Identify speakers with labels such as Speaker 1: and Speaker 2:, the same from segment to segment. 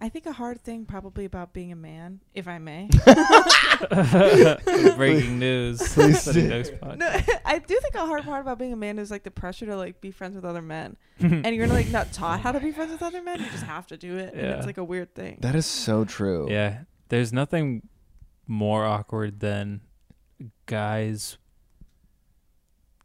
Speaker 1: I think a hard thing probably about being a man, if I may.
Speaker 2: Breaking news.
Speaker 3: Please
Speaker 2: Sunny
Speaker 3: do.
Speaker 2: Dose Pod.
Speaker 1: no, I do think a hard part about being a man is like the pressure to like be friends with other men,
Speaker 2: Mm.
Speaker 1: and you're like not taught how to be friends with other men. You just have to do it, and
Speaker 2: Yeah.
Speaker 1: it's like a weird thing.
Speaker 3: That is so true.
Speaker 2: Yeah. There's nothing more awkward than guys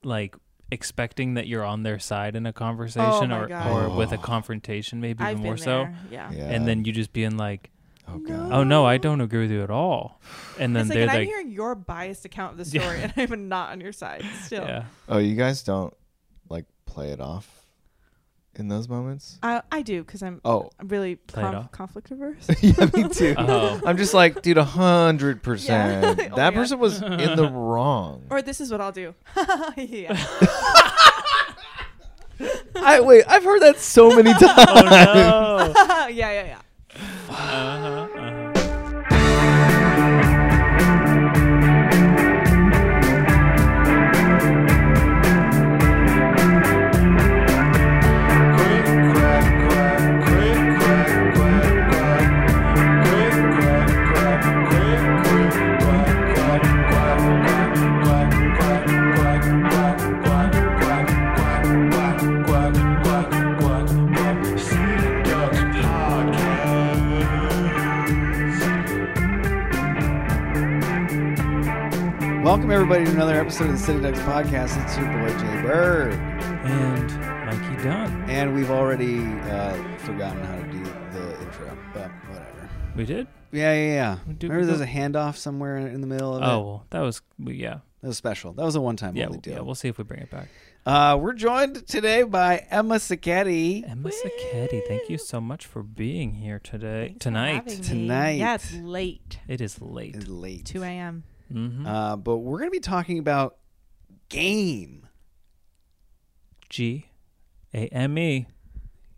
Speaker 2: like expecting that you're on their side in a conversation
Speaker 1: Oh my
Speaker 2: or,
Speaker 1: God.
Speaker 2: or with a
Speaker 3: Oh.
Speaker 2: confrontation maybe
Speaker 1: I've
Speaker 2: even
Speaker 1: been
Speaker 2: more
Speaker 1: there.
Speaker 2: so.
Speaker 1: Yeah.
Speaker 3: Yeah.
Speaker 2: And then you just being like,
Speaker 3: oh
Speaker 1: No.
Speaker 3: god.
Speaker 2: Oh no, I don't agree with you at all. And then
Speaker 1: it's like,
Speaker 2: they're
Speaker 1: and I'm
Speaker 2: like
Speaker 1: hearing your biased account of the
Speaker 2: Yeah.
Speaker 1: story, and I'm not on your side still.
Speaker 2: Yeah.
Speaker 3: Oh, you guys don't like play it off in those moments?
Speaker 1: I, I do because I'm
Speaker 3: Oh.
Speaker 1: really
Speaker 2: Play it
Speaker 1: conf-
Speaker 2: off.
Speaker 1: conflict averse.
Speaker 3: yeah, me too.
Speaker 2: Oh.
Speaker 3: I'm just like, dude, a hundred
Speaker 1: Yeah.
Speaker 3: percent.
Speaker 1: Oh my God.
Speaker 3: That person was in the wrong.
Speaker 1: or this is what I'll do. yeah.
Speaker 3: I wait, I've heard that so many times.
Speaker 2: Oh
Speaker 1: yeah,
Speaker 2: no.
Speaker 1: yeah, yeah.
Speaker 2: Uh-huh, uh-huh.
Speaker 3: Welcome everybody to another episode of the City Ducks Podcast. It's your boy Jay Bird.
Speaker 2: And Mikey Dunn.
Speaker 3: And we've already uh, forgotten how to do the intro, but whatever.
Speaker 2: We did?
Speaker 3: Yeah, yeah, yeah.
Speaker 2: We do-
Speaker 3: Remember
Speaker 2: we
Speaker 3: there's
Speaker 2: do-
Speaker 3: a handoff somewhere in in the middle of
Speaker 2: Oh
Speaker 3: it?
Speaker 2: well, that was we- yeah.
Speaker 3: That was special. That was a one time
Speaker 2: Yeah,
Speaker 3: only
Speaker 2: w-
Speaker 3: deal.
Speaker 2: yeah, we'll see if we bring it back.
Speaker 3: Uh, we're joined today by Emma Sacchetti.
Speaker 2: Emma Sacchetti, thank you so much for being here today tonight.
Speaker 3: Tonight.
Speaker 1: Yeah, it's late.
Speaker 2: It is late.
Speaker 3: It's late.
Speaker 1: 2 a.m.
Speaker 2: hmm
Speaker 3: Uh, but we're going to be talking about game.
Speaker 2: G A M E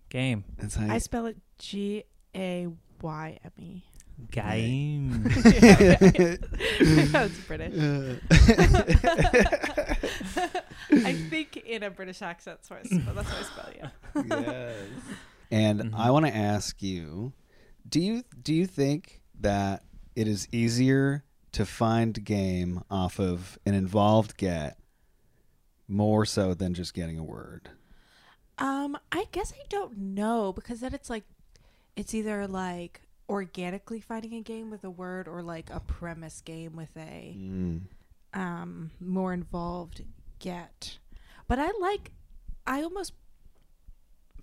Speaker 2: game
Speaker 3: That's how
Speaker 1: I
Speaker 3: you-
Speaker 1: spell it G A Y M E.
Speaker 2: game.
Speaker 1: That's British. I think in a British accent, so I spell, that's how I spell it.
Speaker 3: yes. And
Speaker 1: Mm-hmm.
Speaker 3: I want to ask you, do you do you think that it is easier to find game off of an involved get more so than just getting a word?
Speaker 1: Um, I guess I don't know because then it's like, it's either like organically finding a game with a word or like a premise game with a
Speaker 3: Mm.
Speaker 1: um more involved get. But I like, I almost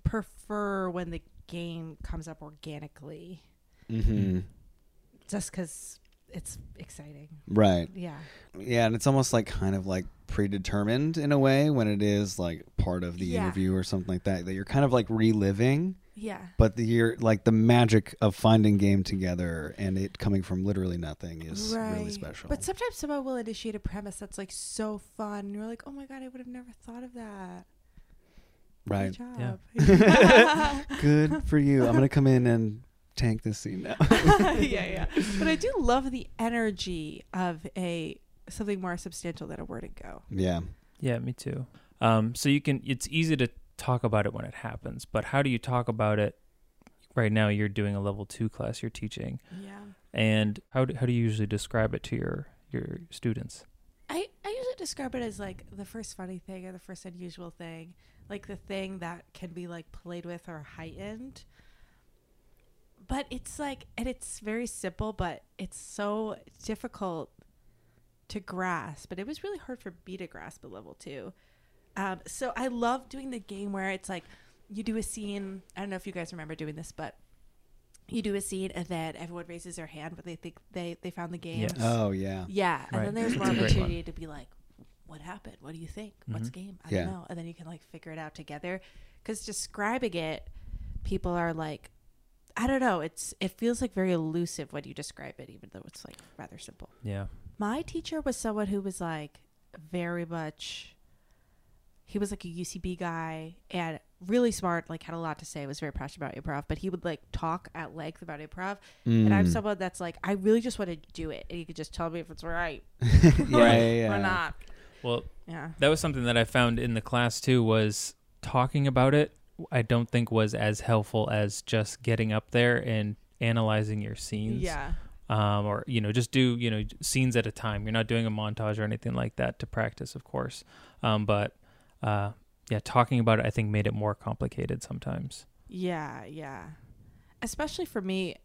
Speaker 1: prefer when the game comes up organically
Speaker 3: Mm-hmm.
Speaker 1: just because it's exciting.
Speaker 3: Right.
Speaker 1: Yeah.
Speaker 3: Yeah, and it's almost like kind of like predetermined in a way when it is like part of the
Speaker 1: Yeah.
Speaker 3: interview or something like that that you're kind of like reliving.
Speaker 1: Yeah.
Speaker 3: But the, you're like the magic of finding game together and it coming from literally nothing is really special.
Speaker 1: But sometimes someone will initiate a premise that's like so fun, and you're like, "Oh my god, I would have never thought of that."
Speaker 3: right.
Speaker 1: Good job.
Speaker 2: Yeah.
Speaker 3: Good for you. I'm gonna come in and tank this scene now.
Speaker 1: yeah, yeah. But I do love the energy of a something more substantial than a word and go.
Speaker 3: yeah.
Speaker 2: yeah, me too. Um, so you can. It's easy to talk about it when it happens, but how do you talk about it? Right now, you're doing a level two class. You're teaching,
Speaker 1: Yeah.
Speaker 2: and how do, how do you usually describe it to your your students?
Speaker 1: I, I usually describe it as like the first funny thing or the first unusual thing, like the thing that can be like played with or heightened. But it's like, and it's very simple, but it's so difficult to grasp. And it was really hard for me to grasp at level two. Um, so I love doing the game where it's like you do a scene. I don't know if you guys remember doing this, but you do a scene and then everyone raises their hand when they think they, they found the game.
Speaker 2: Yes.
Speaker 3: Oh yeah.
Speaker 1: Yeah, and
Speaker 2: Right.
Speaker 1: then there's more
Speaker 2: It's a great one. Mm-hmm.
Speaker 1: opportunity to be like, "What happened? What do you think? What's game? I
Speaker 3: Yeah.
Speaker 1: don't know." And then you can like figure it out together. Because describing it, people are like, "I don't know." It's it feels like very elusive when you describe it, even though it's like rather simple.
Speaker 2: Yeah,
Speaker 1: My teacher was someone who was like very much. He was like a UCB guy and really smart. Like had a lot to say. Was very passionate about improv, but he would like talk at length about improv. And
Speaker 2: Mm.
Speaker 1: I'm someone that's like, I really just want to do it, and you could just tell me if it's right
Speaker 3: Mm. yeah, yeah, yeah.
Speaker 1: or not.
Speaker 2: well,
Speaker 1: Yeah.
Speaker 2: that was something that I found in the class too was talking about it I don't think was as helpful as just getting up there and analyzing your scenes.
Speaker 1: Yeah.
Speaker 2: Um, or you know, just do you know scenes at a time. You're not doing a montage or anything like that to practice, of course. Um, but uh, yeah, talking about it, I think made it more complicated sometimes.
Speaker 1: Yeah, yeah. Especially for me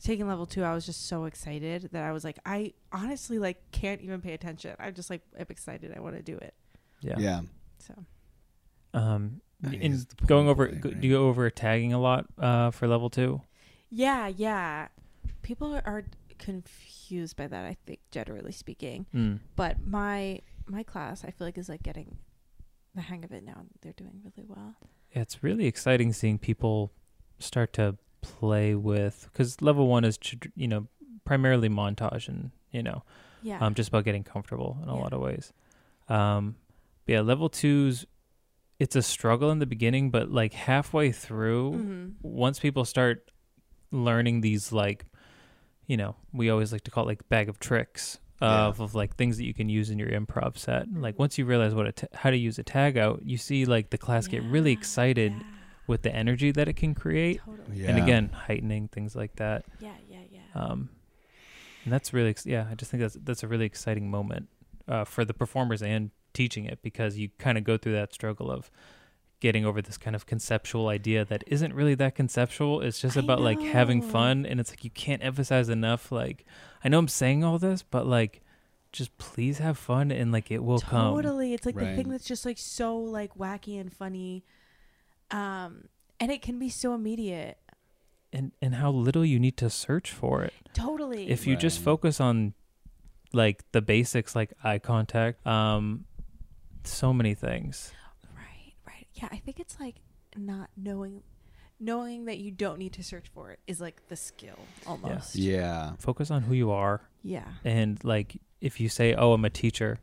Speaker 1: taking level 2, I was just so excited that I was like I honestly like can't even pay attention. I'm just like I'm excited. I want to do it.
Speaker 2: Yeah.
Speaker 3: yeah.
Speaker 1: So,
Speaker 2: Um,
Speaker 3: I think
Speaker 2: in
Speaker 3: it's the
Speaker 2: going
Speaker 3: point
Speaker 2: over,
Speaker 3: thing,
Speaker 2: go-
Speaker 3: right?
Speaker 2: do you go over tagging a lot uh, for level two?
Speaker 1: yeah, yeah. People are confused by that, I think generally speaking.
Speaker 2: Mm.
Speaker 1: But my my class, I feel like is like getting the hang of it now. They're doing really well.
Speaker 2: Yeah, it's really exciting seeing people start to play with because level one is tr- you know primarily montage and you know
Speaker 1: Yeah.
Speaker 2: um, just about getting comfortable in a
Speaker 1: Yeah.
Speaker 2: lot of ways. Um, but yeah, level two's it's a struggle in the beginning, but like halfway through,
Speaker 1: Mhm.
Speaker 2: once people start learning these like you know we always like to call it like bag of tricks
Speaker 3: Yeah.
Speaker 2: of, of like things that you can use in your improv set like
Speaker 1: Mm-hmm.
Speaker 2: once you realize what a t- how to use a tag out you see like the class get really
Speaker 1: Yeah,
Speaker 2: excited
Speaker 1: yeah,
Speaker 2: with the energy that it can create
Speaker 1: Totally.
Speaker 3: Yeah.
Speaker 2: and again heightening things like that
Speaker 1: Yeah, yeah, yeah.
Speaker 2: um and that's really ex- yeah i just think that's that's a really exciting moment uh for the performers and teaching it because you kind of go through that struggle of getting over this kind of conceptual idea that isn't really that conceptual it's just
Speaker 1: I
Speaker 2: about like having
Speaker 1: know.
Speaker 2: fun and it's like you can't emphasize enough like i know i'm saying all this but like just please have fun and like it will come
Speaker 1: totally. It's like the
Speaker 3: Right.
Speaker 1: thing that's just like so like wacky and funny. Um and it can be so immediate.
Speaker 2: and and how little you need to search for it
Speaker 1: Totally.
Speaker 2: if you just
Speaker 3: Right.
Speaker 2: focus on like the basics like eye contact um so many things
Speaker 1: right, right. Yeah, I think it's like not knowing knowing that you don't need to search for it is like the skill almost.
Speaker 3: Yeah.
Speaker 2: focus on who you are
Speaker 1: Yeah.
Speaker 2: and like if you say oh i'm a teacher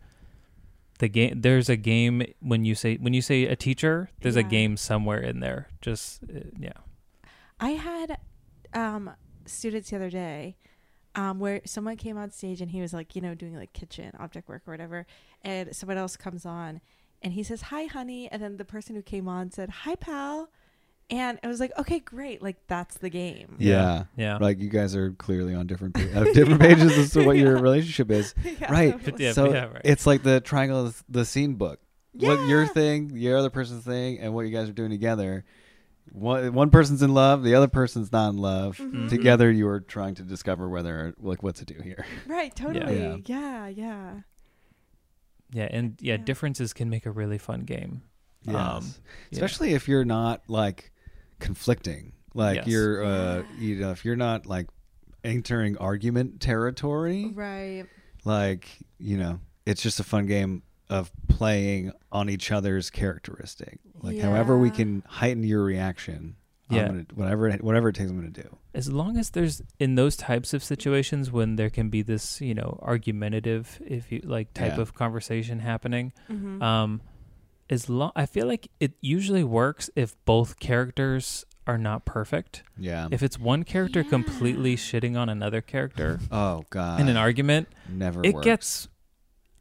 Speaker 2: the game there's a game when you say when you say a teacher there's a
Speaker 1: Yeah.
Speaker 2: game somewhere in there just uh, yeah
Speaker 1: I had um, students the other day um, where someone came on stage and he was like, you know, doing like kitchen object work or whatever, and someone else comes on and he says, "Hi, honey," and then the person who came on said, "Hi, pal," and I was like, "Okay, great, like that's the game."
Speaker 3: Yeah.
Speaker 2: yeah
Speaker 3: Like you guys are clearly on different pa- uh, different pages as to what your relationship is.
Speaker 1: Yeah.
Speaker 3: Right.
Speaker 2: But yeah,
Speaker 3: so
Speaker 2: yeah, right.
Speaker 3: it's like the triangle, of the scene book. What your
Speaker 1: Yeah.
Speaker 3: thing, your other person's thing, and what you guys are doing together. One one person's in love, the other person's not in love.
Speaker 1: Mhm.
Speaker 3: Together, you are trying to discover whether like what to do here.
Speaker 1: Right. Totally.
Speaker 3: Yeah.
Speaker 1: Yeah. Yeah.
Speaker 2: yeah and yeah,
Speaker 1: Yeah.
Speaker 2: differences can make a really fun game
Speaker 3: Yes.
Speaker 2: Um, yeah.
Speaker 3: Especially if you're not like conflicting. Like
Speaker 2: Yes.
Speaker 3: you're uh you know, if you're not like entering argument territory,
Speaker 1: Right.
Speaker 3: like, you know, it's just a fun game of playing on each other's characteristic. Like however we
Speaker 1: Yeah.
Speaker 3: can heighten your reaction.
Speaker 2: Yeah.
Speaker 3: I'm gonna, whatever it- whatever it takes I'm gonna do.
Speaker 2: as long as there's in those types of situations when there can be this you know argumentative if you like type
Speaker 3: Yeah.
Speaker 2: of conversation happening
Speaker 1: Mhm.
Speaker 3: Uh,
Speaker 2: um as long i feel like it usually works if both characters are not perfect
Speaker 3: Yeah.
Speaker 2: if it's one character
Speaker 1: Yeah.
Speaker 2: completely shitting on another character
Speaker 3: oh god.
Speaker 2: in an argument
Speaker 3: never
Speaker 2: it
Speaker 3: works.
Speaker 2: gets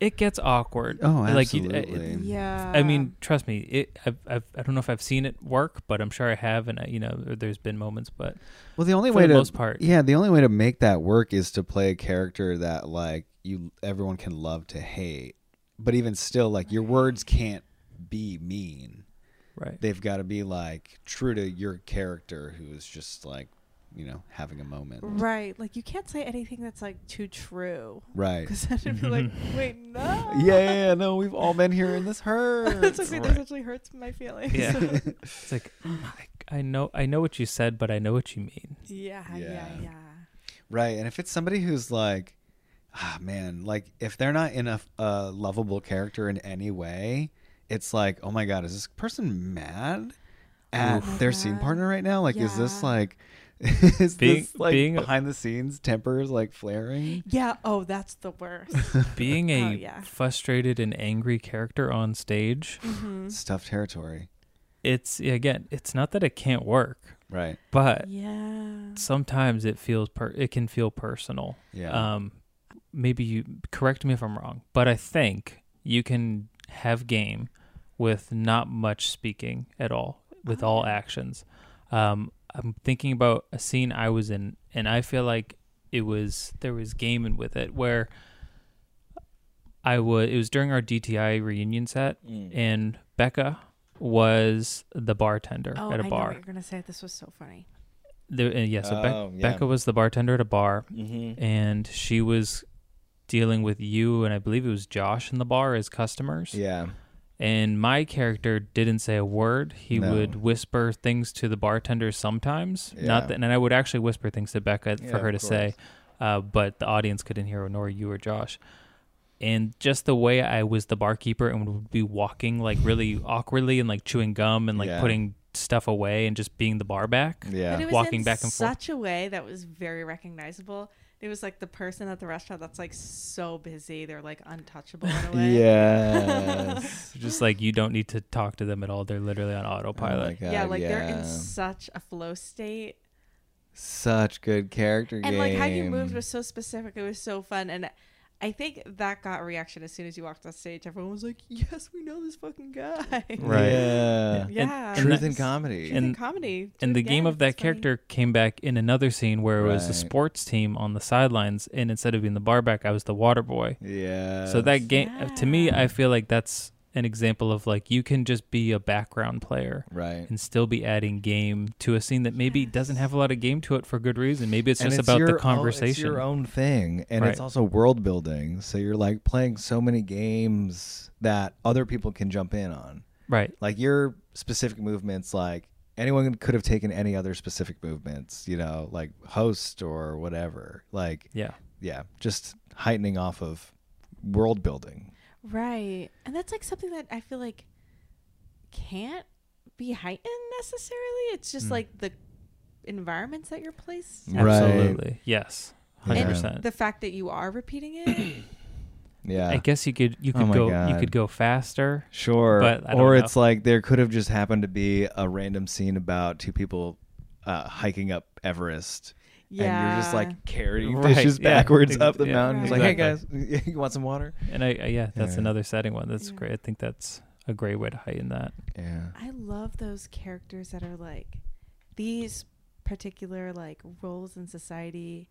Speaker 2: it gets awkward
Speaker 3: Oh,
Speaker 2: Like, you- uh,
Speaker 3: absolutely.
Speaker 1: yeah.
Speaker 2: I mean, trust me. It, I've, I've, I don't know if I've seen it work, but I'm sure I have, and I, you know, there's been moments. But
Speaker 3: Well, the only
Speaker 2: for
Speaker 3: way
Speaker 2: the
Speaker 3: to
Speaker 2: most part,
Speaker 3: yeah, the only way to make that work is to play a character that like you everyone can love to hate, but even still, like your words can't be mean.
Speaker 2: right?
Speaker 3: They've got to be like true to your character, who is just like you know having a moment,
Speaker 1: Right. Like you can't say anything that's like too true
Speaker 3: right?
Speaker 1: because then it'd be like, wait, no.
Speaker 3: Yeah, yeah, yeah, no, we've all been here, and this
Speaker 1: That's
Speaker 3: hurts.
Speaker 1: okay.
Speaker 2: Right.
Speaker 1: This actually hurts my feelings.
Speaker 2: Yeah, it's like oh I, I know, I know what you said, but I know what you mean.
Speaker 1: Yeah, yeah,
Speaker 3: Yeah.
Speaker 1: yeah.
Speaker 3: Right. And if it's somebody who's like, ah, man, like if they're not in a, a lovable character in any way, it's like, oh my God, is this person mad at
Speaker 1: Oh my
Speaker 3: their scene
Speaker 1: God.
Speaker 3: partner right now? Like, is this
Speaker 1: Yeah.
Speaker 3: like, is
Speaker 2: Being-
Speaker 3: this like
Speaker 2: being-
Speaker 3: behind the scenes tempers like flaring?
Speaker 1: Yeah, oh, that's the worst.
Speaker 2: Being a
Speaker 1: Oh, yeah.
Speaker 2: frustrated and angry character on stage,
Speaker 1: Mhm.
Speaker 3: It's tough territory.
Speaker 2: it's again, it's not that it can't work,
Speaker 3: Right.
Speaker 2: but
Speaker 1: Yeah.
Speaker 2: sometimes it feels per- it can feel personal.
Speaker 3: Yeah.
Speaker 2: Um, maybe you correct me if I'm wrong, but I think you can have game with not much speaking at all, with
Speaker 1: Oh,
Speaker 2: all
Speaker 1: yeah.
Speaker 2: actions. Um, I'm thinking about a scene I was in, and I feel like it was there was gaming with it where I was. It was during our DTI reunion set, and Becca was the bartender
Speaker 1: Oh,
Speaker 2: at a
Speaker 1: I know
Speaker 2: bar.
Speaker 1: what you're gonna say. This was so funny.
Speaker 2: There, and yeah, so Bec-
Speaker 3: Oh, yeah.
Speaker 2: Becca was the bartender at a bar,
Speaker 3: Mm-hmm.
Speaker 2: and she was dealing with you and I believe it was Josh in the bar as customers.
Speaker 3: Yeah.
Speaker 2: And my character didn't say a word. He
Speaker 3: No.
Speaker 2: would whisper things to the bartender sometimes.
Speaker 3: Yeah.
Speaker 2: Not that, and I would actually whisper things to Becca
Speaker 3: Yeah,
Speaker 2: for her to
Speaker 3: of
Speaker 2: say, uh, but the audience couldn't hear nor you or Josh. And just the way I was the barkeeper and would be walking like really awkwardly and like chewing gum and like
Speaker 3: Yeah.
Speaker 2: putting stuff away and just being the bar back.
Speaker 1: But it
Speaker 3: Yeah.
Speaker 1: was
Speaker 2: Walking
Speaker 1: in
Speaker 2: back and forth.
Speaker 1: such a way that was very recognizable. It was like the person at the restaurant that's like so busy, they're like untouchable in a way.
Speaker 3: Yes.
Speaker 2: Just like you don't need to talk to them at all. They're literally on autopilot.
Speaker 3: Oh my God,
Speaker 1: yeah, like they're
Speaker 3: yeah.
Speaker 1: in such a flow state.
Speaker 3: such good character
Speaker 1: And like how you moved
Speaker 3: game.
Speaker 1: was so specific. It was so fun. And I think that got a reaction as soon as you walked on stage. Everyone was like, Yes, we know this fucking guy.
Speaker 2: Right.
Speaker 3: Yeah.
Speaker 2: And-
Speaker 1: Yeah.
Speaker 2: and
Speaker 3: Truth
Speaker 2: that-
Speaker 3: in comedy.
Speaker 1: Truth
Speaker 2: and-
Speaker 1: in comedy. Do
Speaker 2: and
Speaker 1: it
Speaker 2: the game
Speaker 1: again.
Speaker 2: of that
Speaker 1: It's funny.
Speaker 2: character came back in another scene where it was the
Speaker 3: Right.
Speaker 2: sports team on the sidelines, and instead of being the bar back, I was the water boy.
Speaker 3: yeah.
Speaker 2: So that game, to me,
Speaker 1: Yeah.
Speaker 2: I feel like that's an example of like you can just be a background player
Speaker 3: right.
Speaker 2: and still be adding game to a scene that maybe doesn't have a lot of game to it for good reason. Maybe it's
Speaker 3: And
Speaker 2: just about
Speaker 3: your
Speaker 2: the
Speaker 3: own- it's
Speaker 2: conversation.
Speaker 3: your own thing, and it's
Speaker 2: Right.
Speaker 3: also world building. So you're like playing so many games that other people can jump in on.
Speaker 2: Right.
Speaker 3: Like your specific movements, like anyone could have taken any other specific movements, you know, like host or whatever. Like,
Speaker 2: Yeah.
Speaker 3: yeah, just heightening off of world building.
Speaker 1: Right. And that's like something that I feel like can't be heightened necessarily. It's just
Speaker 2: Mm.
Speaker 1: like the environments that you're placed.
Speaker 3: Right.
Speaker 2: Absolutely. Yes.
Speaker 3: Yeah.
Speaker 2: Hundred percent.
Speaker 1: The fact that you are repeating it.
Speaker 3: Yeah.
Speaker 2: I guess you could you
Speaker 3: Oh
Speaker 2: could
Speaker 3: my
Speaker 2: go you
Speaker 3: God.
Speaker 2: could go faster.
Speaker 3: Sure.
Speaker 2: But I don't
Speaker 3: or
Speaker 2: know.
Speaker 3: it's like there could have just happened to be a random scene about two people uh, hiking up Everest. And you're just like carrying
Speaker 2: Right,
Speaker 3: dishes
Speaker 2: yeah.
Speaker 3: backwards
Speaker 2: Ex-
Speaker 3: up the
Speaker 2: yeah,
Speaker 3: mountain. It's
Speaker 2: exactly.
Speaker 3: like, hey guys, you want some water?
Speaker 2: And I, I yeah, that's
Speaker 3: Yeah.
Speaker 2: another setting one. That's
Speaker 1: Yeah.
Speaker 2: great. I think that's a great way to heighten that.
Speaker 3: Yeah.
Speaker 1: I love those characters that are like these particular like roles in society.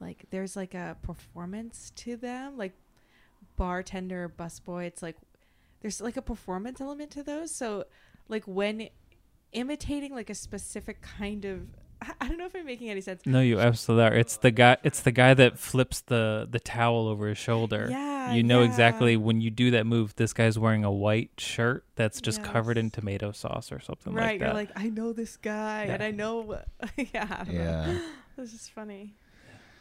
Speaker 1: Like there's like a performance to them, like bartender, busboy. It's like there's like a performance element to those. So like when imitating like a specific kind of I- I don't know if I'm making any sense.
Speaker 2: No, you absolutely are. It's the guy. It's the guy that flips the the towel over his shoulder.
Speaker 1: Yeah,
Speaker 2: you know
Speaker 1: yeah.
Speaker 2: exactly when you do that move. This guy's wearing a white shirt that's just covered in
Speaker 1: Yes.
Speaker 2: tomato sauce or something
Speaker 1: right,
Speaker 2: like
Speaker 1: you're
Speaker 2: that.
Speaker 1: like I know this guy and
Speaker 2: Yeah.
Speaker 1: I know what- yeah. I don't know.
Speaker 3: Yeah.
Speaker 1: This is funny.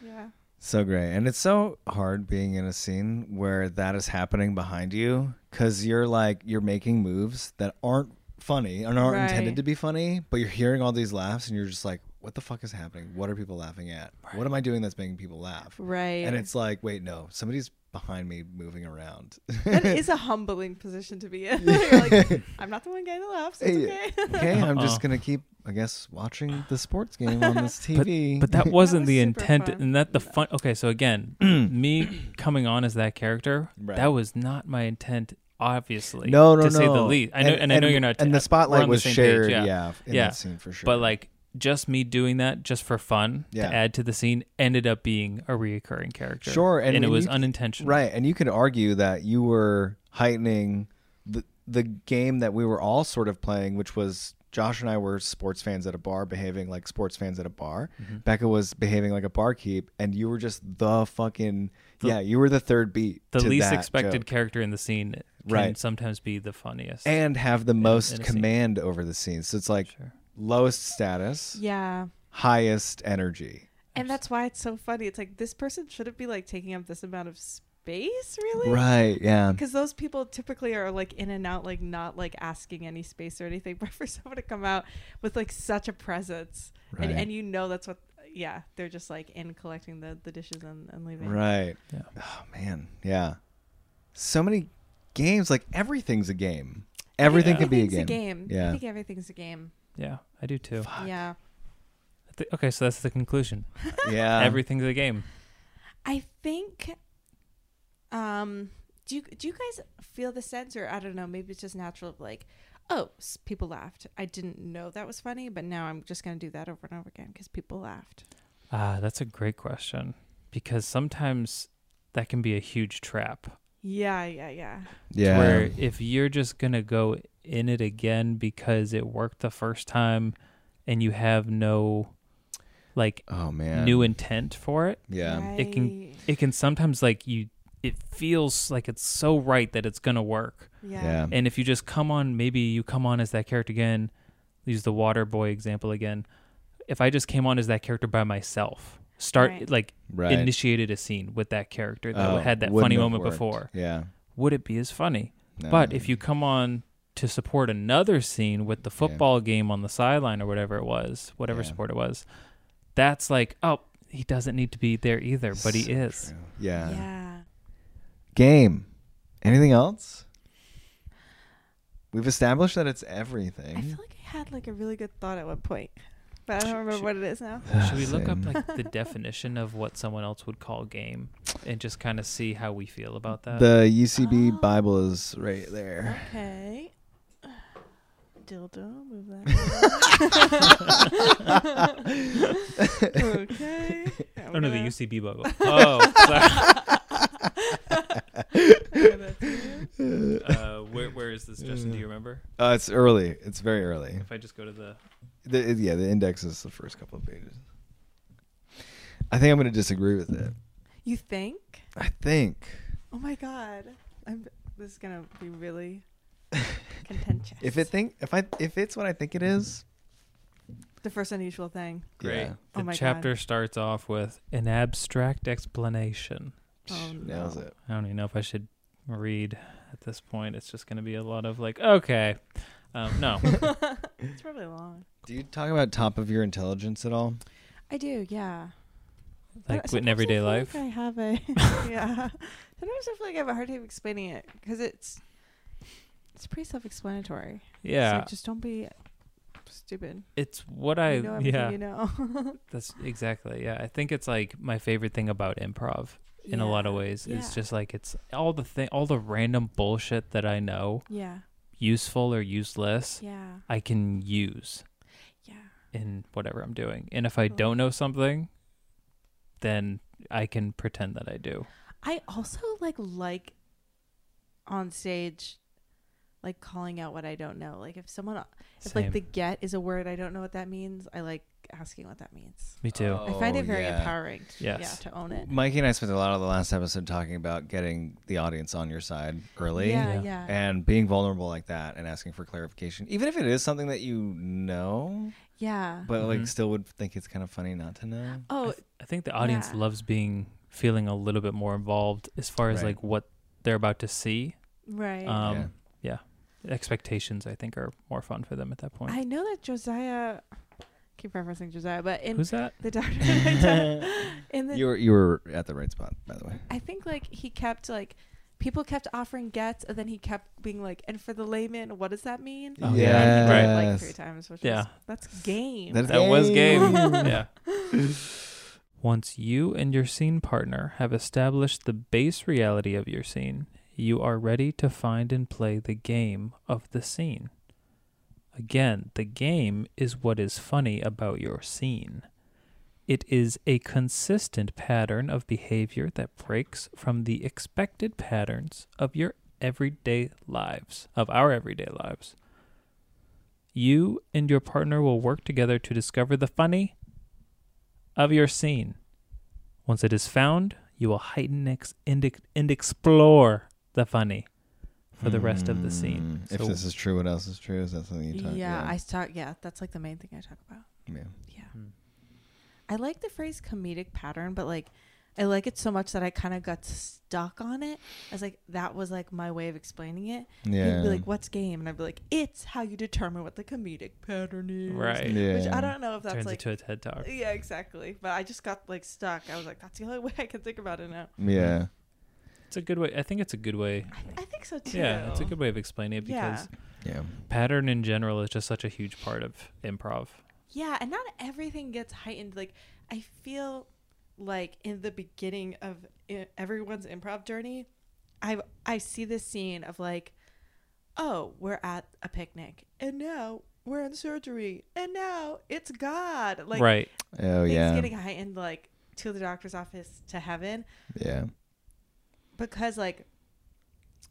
Speaker 1: Yeah.
Speaker 3: So great. And it's so hard being in a scene where that is happening behind you because you're like, you're making moves that aren't funny and aren't
Speaker 1: Right.
Speaker 3: intended to be funny, but you're hearing all these laughs and you're just like, what the fuck is happening? What are people laughing at? What am I doing that's making people laugh?
Speaker 1: Right.
Speaker 3: And it's like, wait, no, somebody's behind me moving around.
Speaker 1: that is a humbling position to be in. You're like, I'm not the one getting the laughs. It's
Speaker 3: Hey,
Speaker 1: okay.
Speaker 3: okay, I'm
Speaker 2: Uh-uh.
Speaker 3: just going to keep, I guess, watching the sports game on this
Speaker 2: but,
Speaker 3: TV.
Speaker 2: but that wasn't
Speaker 1: was
Speaker 2: the
Speaker 1: super
Speaker 2: intent,
Speaker 1: fun.
Speaker 2: and that the fun. Okay, so again, me coming on as that character,
Speaker 3: Right.
Speaker 2: that was not my intent. Obviously,
Speaker 3: no,
Speaker 2: to
Speaker 3: no, no.
Speaker 2: say the least. I know, and, I know you're not.
Speaker 3: And
Speaker 2: we're
Speaker 3: the
Speaker 2: on
Speaker 3: spotlight
Speaker 2: the
Speaker 3: was
Speaker 2: same page,
Speaker 3: shared,
Speaker 2: yeah.
Speaker 3: yeah, in
Speaker 2: Yeah.
Speaker 3: that scene for sure.
Speaker 2: But like just me doing that just for fun
Speaker 3: Yeah.
Speaker 2: to add to the scene ended up being a reoccurring character.
Speaker 3: Sure, and
Speaker 2: and, it
Speaker 3: when
Speaker 2: was
Speaker 3: you-
Speaker 2: unintentional.
Speaker 3: Right, and you could argue that you were heightening the the game that we were all sort of playing, which was Josh and I were sports fans at a bar, behaving like sports fans at a bar. Becca was behaving like a barkeep, and you were just the fucking yeah, you were the third beat,
Speaker 2: The
Speaker 3: to
Speaker 2: least
Speaker 3: that
Speaker 2: expected
Speaker 3: joke.
Speaker 2: character in the scene can
Speaker 3: Right.
Speaker 2: sometimes be the funniest.
Speaker 3: and have the most
Speaker 2: in a scene.
Speaker 3: command over the scene. So it's like
Speaker 2: Sure.
Speaker 3: lowest status,
Speaker 1: yeah.
Speaker 3: highest energy.
Speaker 1: And that's why it's so funny. It's like this person shouldn't be like taking up this amount of space, really.
Speaker 3: Right, yeah.
Speaker 1: Because those people typically are like in and out, like not like asking any space or anything. But for someone to come out with like such a presence,
Speaker 3: Right.
Speaker 1: and, and you know that's what, yeah, they're just like in collecting the, the dishes and, and leaving.
Speaker 3: Right.
Speaker 2: Yeah.
Speaker 3: Oh man. Yeah. So many games. Like everything's a game. Everything
Speaker 2: Yeah.
Speaker 3: could be a
Speaker 1: Everything's
Speaker 3: game.
Speaker 1: a game. I
Speaker 3: Yeah.
Speaker 1: think everything's a game.
Speaker 2: yeah, I do too.
Speaker 1: Yeah.
Speaker 2: I thi- okay, so that's the conclusion.
Speaker 3: Yeah.
Speaker 2: Everything's a game.
Speaker 1: I think. Um, do you, do you guys feel the sense, or I don't know, maybe it's just natural of like, oh, s- people laughed. I didn't know that was funny, but now I'm just going to do that over and over again because people laughed.
Speaker 2: Ah, that's a great question because sometimes that can be a huge trap.
Speaker 1: Yeah, yeah, yeah.
Speaker 4: Yeah.
Speaker 2: Where if you're just going to go in it again because it worked the first time and you have no like
Speaker 3: Oh man.
Speaker 2: new intent for it,
Speaker 3: Yeah.
Speaker 2: It can- it can sometimes like you it feels like it's so right that it's going to work.
Speaker 1: Yeah.
Speaker 3: Yeah.
Speaker 2: And if you just come on, maybe you come on as that character again, use the water boy example again. If I just came on as that character by myself, start
Speaker 1: Right.
Speaker 2: like
Speaker 3: Right.
Speaker 2: initiated a scene with that character that
Speaker 3: Oh,
Speaker 2: had that
Speaker 3: wouldn't
Speaker 2: funny
Speaker 3: have
Speaker 2: moment
Speaker 3: worked. Uh,
Speaker 2: before,
Speaker 3: Yeah.
Speaker 2: would it be as funny? But
Speaker 3: No.
Speaker 2: if you come on to support another scene with the football game on the sideline or whatever it was, whatever
Speaker 3: Yeah.
Speaker 2: sport it was, that's like, oh, he doesn't need to be there either, but he is.
Speaker 3: Yeah.
Speaker 1: Yeah.
Speaker 3: Game. Anything else? We've established that it's everything.
Speaker 1: I feel like I had like a really good thought at one point, but I don't remember what it is now.
Speaker 2: Should we look up
Speaker 3: Same.
Speaker 2: like the definition of what someone else would call game and just kind of see how we feel about that?
Speaker 3: the UCB
Speaker 1: Oh.
Speaker 3: Bible is right there.
Speaker 1: Okay. Dildo, move that. way. okay. I'm
Speaker 2: oh no, the
Speaker 1: gonna-
Speaker 2: UCB logo. Oh, sorry.
Speaker 1: Okay, that's it.
Speaker 2: Uh, where, where is this, Justin? Do you remember?
Speaker 3: Uh, it's early. It's very early.
Speaker 2: If I just go to the
Speaker 3: The, it- yeah, the index is the first couple of pages. I think I'm going to disagree with it.
Speaker 1: You think?
Speaker 3: I think
Speaker 1: Oh my god. I'm this is gonna be really contentious.
Speaker 3: if it think if I if it's what I think it is,
Speaker 1: the first unusual thing.
Speaker 2: Great.
Speaker 3: Yeah.
Speaker 1: Oh
Speaker 2: The
Speaker 1: my God.
Speaker 2: chapter starts off with an abstract explanation.
Speaker 1: Oh,
Speaker 3: nails
Speaker 1: no.
Speaker 3: it.
Speaker 2: I don't even know if I should read at this point. It's just going to be a lot of like, okay, um, no.
Speaker 1: It's probably long.
Speaker 3: Do you talk about top of your intelligence at all?
Speaker 1: I do, yeah. But
Speaker 2: like with in
Speaker 1: sometimes I
Speaker 2: everyday
Speaker 1: feel
Speaker 2: life.
Speaker 1: Like I have a yeah. Sometimes I feel like I have a hard time explaining it because it's it's pretty self-explanatory.
Speaker 2: yeah,
Speaker 1: It's like, just don't be stupid.
Speaker 2: it's what
Speaker 1: I
Speaker 2: I
Speaker 1: you know everything
Speaker 2: yeah.
Speaker 1: you know.
Speaker 2: That's exactly yeah. I think it's like my favorite thing about improv in a lot of
Speaker 1: Yeah.
Speaker 2: ways. It's
Speaker 1: Yeah.
Speaker 2: just like it's all the thing, all the random bullshit that I know,
Speaker 1: Yeah.
Speaker 2: useful or useless,
Speaker 1: Yeah.
Speaker 2: I can use
Speaker 1: Yeah.
Speaker 2: in whatever I'm doing. And if I don't know something, then I can pretend that I do.
Speaker 1: I also like like on stage like calling out what I don't know. Like if someone if
Speaker 2: Same.
Speaker 1: like the get is a word I don't know what that means, I like asking what that means.
Speaker 2: Me too.
Speaker 1: I find
Speaker 3: Oh,
Speaker 1: it very
Speaker 3: yeah.
Speaker 1: empowering. to-
Speaker 2: Yes.
Speaker 1: Yeah, to own it.
Speaker 3: Mikey and I spent a lot of the last episode talking about getting the audience on your side early
Speaker 1: Yeah,
Speaker 2: Yeah.
Speaker 1: yeah.
Speaker 3: and being vulnerable like that and asking for clarification, even if it is something that you know,
Speaker 1: yeah.
Speaker 3: but like
Speaker 2: Mhm.
Speaker 3: still would think it's kind of funny not to know.
Speaker 1: oh,
Speaker 2: I think the audience
Speaker 1: Yeah.
Speaker 2: loves being feeling a little bit more involved as far as
Speaker 3: Right.
Speaker 2: like what they're about to see.
Speaker 1: right.
Speaker 2: Um, yeah. Expectations, I think, are more fun for them at that point.
Speaker 1: I know that Josiah keep referencing Josiah, but in
Speaker 2: Who's that?
Speaker 1: the doctor in the
Speaker 3: You were you were at the right spot, by the way.
Speaker 1: I think like he kept like people kept offering gets and then he kept being like, and for the layman, what does that mean?
Speaker 2: Oh,
Speaker 1: And he did it,
Speaker 2: yeah.
Speaker 1: Like
Speaker 3: Yes.
Speaker 1: three times, which
Speaker 2: Yeah.
Speaker 1: was, that's game.
Speaker 3: That is-
Speaker 2: That was game.
Speaker 3: Game.
Speaker 2: yeah. Once you and your scene partner have established the base reality of your scene, you are ready to find and play the game of the scene. Again, the game is what is funny about your scene. It is a consistent pattern of behavior that breaks from the expected patterns of your everyday lives, of our everyday lives. You and your partner will work together to discover the funny of your scene. Once it is found, you will heighten ex- and, ex- and explore the funny for the rest of the scene.
Speaker 3: Mm, If
Speaker 2: So-
Speaker 3: this is true, what else is true? Is that something you
Speaker 1: yeah,
Speaker 3: talk?
Speaker 1: I talk. Yeah, that's like the main thing I talk about.
Speaker 3: yeah.
Speaker 1: Yeah,
Speaker 2: Hmm.
Speaker 1: I like the phrase comedic pattern, but like, I like it so much that I kind of got stuck on it. I was like, that was like my way of explaining it.
Speaker 3: yeah.
Speaker 1: He'd be like, "What's game?" And I'd be like, "It's how you determine what the comedic pattern is."
Speaker 2: Right.
Speaker 3: Yeah.
Speaker 1: Which I don't know if that's
Speaker 2: Turns
Speaker 1: like.
Speaker 2: into a TED talk.
Speaker 1: Yeah, exactly. But I just got like stuck. I was like, "That's the only way I can think about it now."
Speaker 3: Yeah.
Speaker 2: It's a good way. I think it's a good way.
Speaker 1: I, I think so too.
Speaker 2: Yeah, it's a good way of explaining it
Speaker 1: Yeah.
Speaker 2: because
Speaker 3: Yeah.
Speaker 2: pattern in general is just such a huge part of improv.
Speaker 1: Yeah, and not everything gets heightened. Like I feel like in the beginning of eh, i- everyone's improv journey, I I see this scene of like oh, we're at a picnic and now we're in surgery and now it's God. Like
Speaker 2: right.
Speaker 3: Oh
Speaker 1: things
Speaker 3: yeah,
Speaker 1: getting heightened like to the doctor's office to heaven
Speaker 3: yeah,
Speaker 1: because like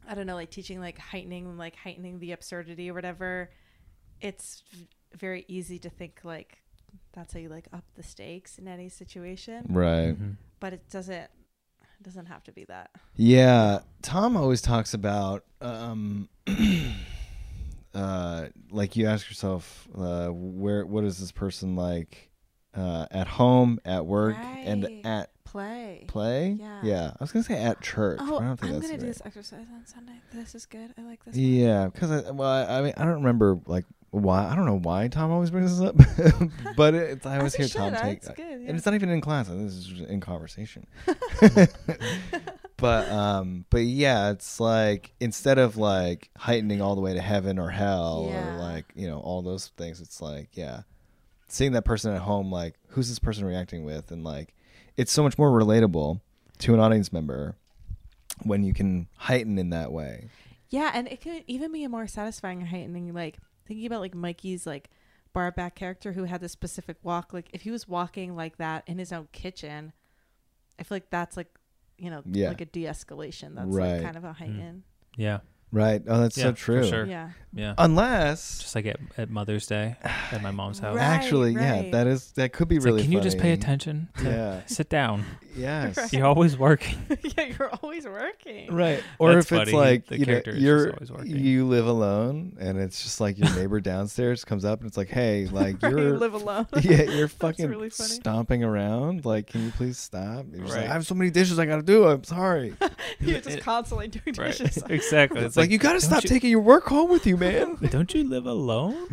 Speaker 1: I don't know, like teaching like heightening like heightening the absurdity or whatever, it's v- very easy to think like that's how you like up the stakes in any
Speaker 3: Mm.
Speaker 1: situation.
Speaker 3: right.
Speaker 2: Mhm.
Speaker 1: But it doesn't it doesn't have to be that.
Speaker 3: Yeah, Tom always talks about um, uh, like you ask yourself, uh, where what is this person like uh, at home, at work,
Speaker 1: Right.
Speaker 3: and at
Speaker 1: Play.
Speaker 3: play?
Speaker 1: Yeah.
Speaker 3: I was gonna say at church.
Speaker 1: Oh,
Speaker 3: but I
Speaker 1: I'm
Speaker 3: don't think
Speaker 1: gonna
Speaker 3: that's
Speaker 1: do
Speaker 3: right.
Speaker 1: this exercise on Sunday. This is good. I like this. one.
Speaker 3: Yeah, because I well, I, I mean, I don't remember like why. I don't know why Tom always brings this up, but it's, I always
Speaker 1: As
Speaker 3: hear
Speaker 1: it
Speaker 3: Tom
Speaker 1: should, uh,
Speaker 3: take.
Speaker 1: It's good. Yeah.
Speaker 3: And it's not even in class. This is just in conversation. but um, but yeah, it's like instead of like heightening all the way to heaven or hell
Speaker 1: Yeah.
Speaker 3: or like you know all those things, it's like yeah, seeing that person at home, like who's this person reacting with, and like it's so much more relatable to an audience member when you can heighten in that way.
Speaker 1: yeah, and it can even be a more satisfying heightening. Like thinking about like Mikey's like bar back character who had this specific walk. Like if he was walking like that in his own kitchen, I feel like that's like you know
Speaker 3: Yeah.
Speaker 1: like a de-escalation. That's
Speaker 3: Right.
Speaker 1: like kind of a heighten.
Speaker 2: Yeah.
Speaker 3: Right? Oh, that's
Speaker 2: Yeah,
Speaker 3: so
Speaker 2: for
Speaker 3: true.
Speaker 2: Mm. sure.
Speaker 1: Yeah.
Speaker 2: Yeah.
Speaker 3: Unless.
Speaker 2: Just like at, at Mother's Day at my mom's house.
Speaker 1: Right,
Speaker 3: Actually, yeah,
Speaker 1: right.
Speaker 3: that is that could be
Speaker 2: It's
Speaker 3: really.
Speaker 2: like, can you just pay
Speaker 3: funny.
Speaker 2: attention? To
Speaker 3: Yeah.
Speaker 2: Sit down.
Speaker 3: Yes.
Speaker 1: Right.
Speaker 2: You're always working.
Speaker 1: yeah, you're always working.
Speaker 3: right or
Speaker 2: That's
Speaker 3: if
Speaker 2: funny.
Speaker 3: it's like
Speaker 2: The
Speaker 3: you know
Speaker 2: character is just
Speaker 3: you're
Speaker 2: always working.
Speaker 3: you live alone and it's just like your neighbor downstairs comes up and it's like hey like
Speaker 1: Or you
Speaker 3: you're
Speaker 1: live alone.
Speaker 3: yeah you're fucking
Speaker 1: really funny.
Speaker 3: stomping around like can you please stop And you're just like,
Speaker 2: Right.
Speaker 3: i have so many dishes i gotta do i'm sorry it's
Speaker 1: You're just constantly doing dishes.
Speaker 2: exactly. It's
Speaker 3: like,
Speaker 2: like,
Speaker 3: you gotta
Speaker 2: don't
Speaker 3: stop
Speaker 2: you-
Speaker 3: taking your work home with you man
Speaker 2: don't you live alone?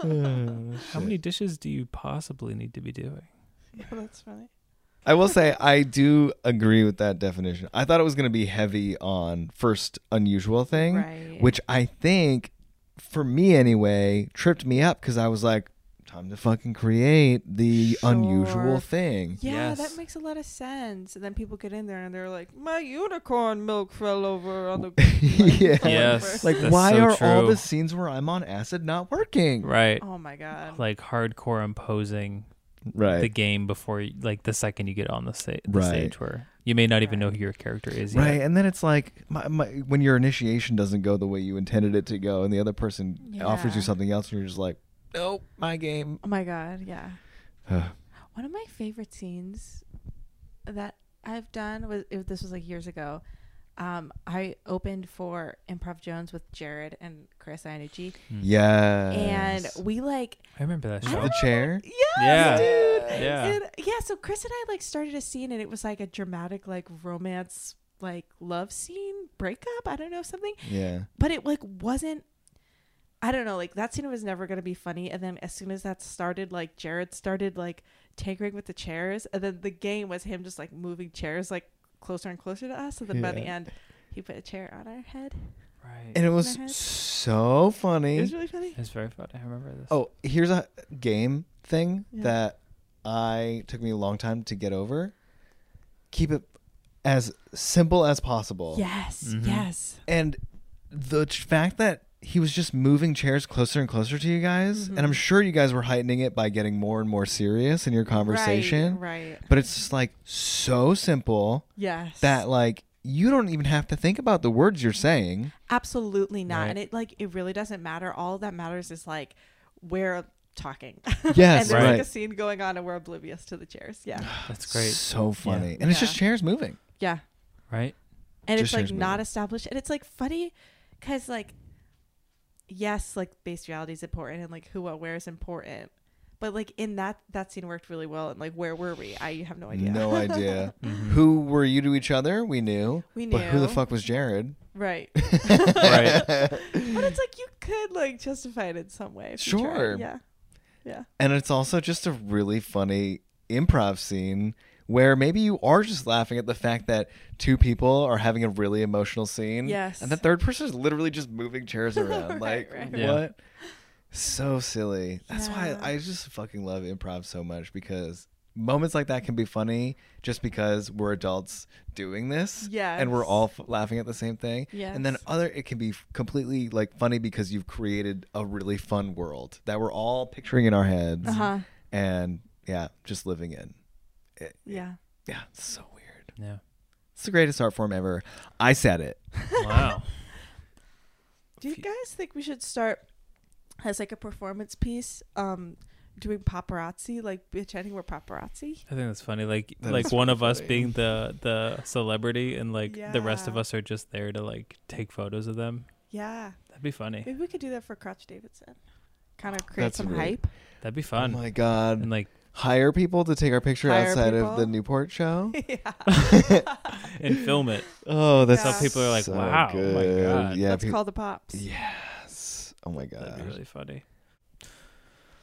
Speaker 3: Uh,
Speaker 2: How many dishes do you possibly need to be doing?
Speaker 1: Yeah, that's funny.
Speaker 3: i will say i do agree with that definition i thought it was gonna be heavy on first unusual thing
Speaker 1: Right.
Speaker 3: which I think, for me anyway, tripped me up because I was like, time to fucking create the
Speaker 1: Sure.
Speaker 3: unusual thing.
Speaker 1: Yeah,
Speaker 2: Yes.
Speaker 1: that makes a lot of sense. And then people get in there and they're like, "My unicorn milk fell over on the." like,
Speaker 3: Yes.
Speaker 1: fell over."
Speaker 2: Yes.
Speaker 3: Like,
Speaker 2: That's
Speaker 3: why
Speaker 2: so
Speaker 3: are all
Speaker 2: true.
Speaker 3: the scenes where I'm on acid not working?
Speaker 2: Right.
Speaker 1: Oh my god.
Speaker 2: Like hardcore imposing
Speaker 3: Right.
Speaker 2: the game before, you, like the second you get on the, sta- the
Speaker 3: Right.
Speaker 2: stage where you may not even know
Speaker 1: Right.
Speaker 2: who your character is. Yet.
Speaker 3: Right, and then it's like my, my, when your initiation doesn't go the way you intended it to go, and the other person offers
Speaker 1: Yeah.
Speaker 3: you something else, and you're just like, "Nope, my game."
Speaker 1: oh my god. Yeah.
Speaker 3: Ugh.
Speaker 1: One of my favorite scenes that I've done was if this was like years ago. Um, I opened for Improv Jones with Jared and Chris Iannucci, and
Speaker 3: Yes.
Speaker 1: we like
Speaker 2: I remember that
Speaker 1: I
Speaker 2: show.
Speaker 3: the chair.
Speaker 2: Yeah.
Speaker 1: yes, dude.
Speaker 2: Yeah.
Speaker 1: And, yeah. So Chris and I like started a scene, and it was like a dramatic like romance like love scene breakup. I don't know something.
Speaker 3: Yeah.
Speaker 1: but it like wasn't i don't know like that scene was never going to be funny and then as soon as that started like jared started like tinkering with the chairs and then the game was him just like moving chairs like closer and closer to us and then by the
Speaker 3: Yeah.
Speaker 1: end he put a chair on our head
Speaker 2: Right.
Speaker 3: And it
Speaker 1: I
Speaker 3: was
Speaker 1: had-
Speaker 3: so funny.
Speaker 1: it was really funny
Speaker 2: it's very funny. I remember this.
Speaker 3: Oh, here's a game thing
Speaker 1: Yeah.
Speaker 3: that I took me a long time to get over. Keep it as simple as possible.
Speaker 1: yes
Speaker 2: Mhm.
Speaker 1: yes
Speaker 3: And the ch- fact that he was just moving chairs closer and closer to you guys,
Speaker 1: Mm-hmm.
Speaker 3: and I'm sure you guys were heightening it by getting more and more serious in your conversation.
Speaker 1: right, right.
Speaker 3: But it's just like so simple
Speaker 1: yes
Speaker 3: that like you don't even have to think about the words you're saying.
Speaker 1: absolutely not
Speaker 2: Right.
Speaker 1: and it like it really doesn't matter all that matters is like we're talking
Speaker 3: Yes,
Speaker 1: and there's
Speaker 3: right.
Speaker 1: like a scene going on and we're oblivious to the chairs yeah
Speaker 2: That's great.
Speaker 3: So funny. And it's
Speaker 1: Yeah.
Speaker 3: just chairs moving.
Speaker 1: yeah
Speaker 2: Right.
Speaker 1: and
Speaker 3: Just
Speaker 1: it's like
Speaker 3: changed my
Speaker 1: not
Speaker 3: mind.
Speaker 1: established and it's like funny because like yes like base reality is important and like who what where is important but like in that that scene worked really well and like where were we i have no idea
Speaker 3: No idea. Who were you to each other? We knew.
Speaker 1: We
Speaker 3: But who the
Speaker 1: knew.
Speaker 3: fuck was Jared?
Speaker 1: right
Speaker 2: Right.
Speaker 1: but it's like you could like justify it in some way if you tried.
Speaker 3: Sure.
Speaker 1: yeah yeah
Speaker 3: And it's also just a really funny improv scene where maybe you are just laughing at the fact that two people are having a really emotional scene.
Speaker 1: Yes.
Speaker 3: And the third person is literally just moving chairs around.
Speaker 1: Right,
Speaker 3: like,
Speaker 1: right,
Speaker 2: right. Yeah.
Speaker 3: what? So silly. That's
Speaker 1: Yeah.
Speaker 3: why I just fucking love improv so much because moments like that can be funny just because we're adults doing this
Speaker 1: Yes.
Speaker 3: and we're all f- laughing at the same thing and then
Speaker 1: Yes.
Speaker 3: other it can be f- completely like funny because you've created a really fun world that we're all picturing in our heads
Speaker 1: Uh-huh.
Speaker 3: and yeah just living in It-
Speaker 1: Yeah.
Speaker 3: yeah it's so weird
Speaker 2: Yeah.
Speaker 3: it's the greatest art form ever i said it
Speaker 2: Wow.
Speaker 1: Do you guys think we should start as like a performance piece, um, doing paparazzi, like pretending we're paparazzi?
Speaker 2: I think that's funny. Like
Speaker 3: That
Speaker 2: like
Speaker 3: is
Speaker 2: one of us
Speaker 3: funny.
Speaker 2: being the the celebrity and like the rest of
Speaker 1: Yeah.
Speaker 2: us are just there to like take photos of them.
Speaker 1: Yeah,
Speaker 2: That'd be funny.
Speaker 1: maybe we could do that for Crotch Davidson. Kind of create
Speaker 3: That's
Speaker 1: some
Speaker 3: really-
Speaker 1: hype.
Speaker 2: That'd be fun.
Speaker 3: oh my god
Speaker 2: and like
Speaker 3: hire people to take our picture
Speaker 1: Hire
Speaker 3: outside
Speaker 1: people.
Speaker 3: of the newport show
Speaker 2: and film it.
Speaker 3: oh that's
Speaker 1: Yeah.
Speaker 2: So people are like,
Speaker 3: so
Speaker 2: "Wow, oh my
Speaker 3: good.
Speaker 2: god."
Speaker 3: yeah
Speaker 1: Let's
Speaker 3: peop-
Speaker 1: call the pops.
Speaker 3: yes oh my
Speaker 2: That'd
Speaker 3: god
Speaker 2: be really funny.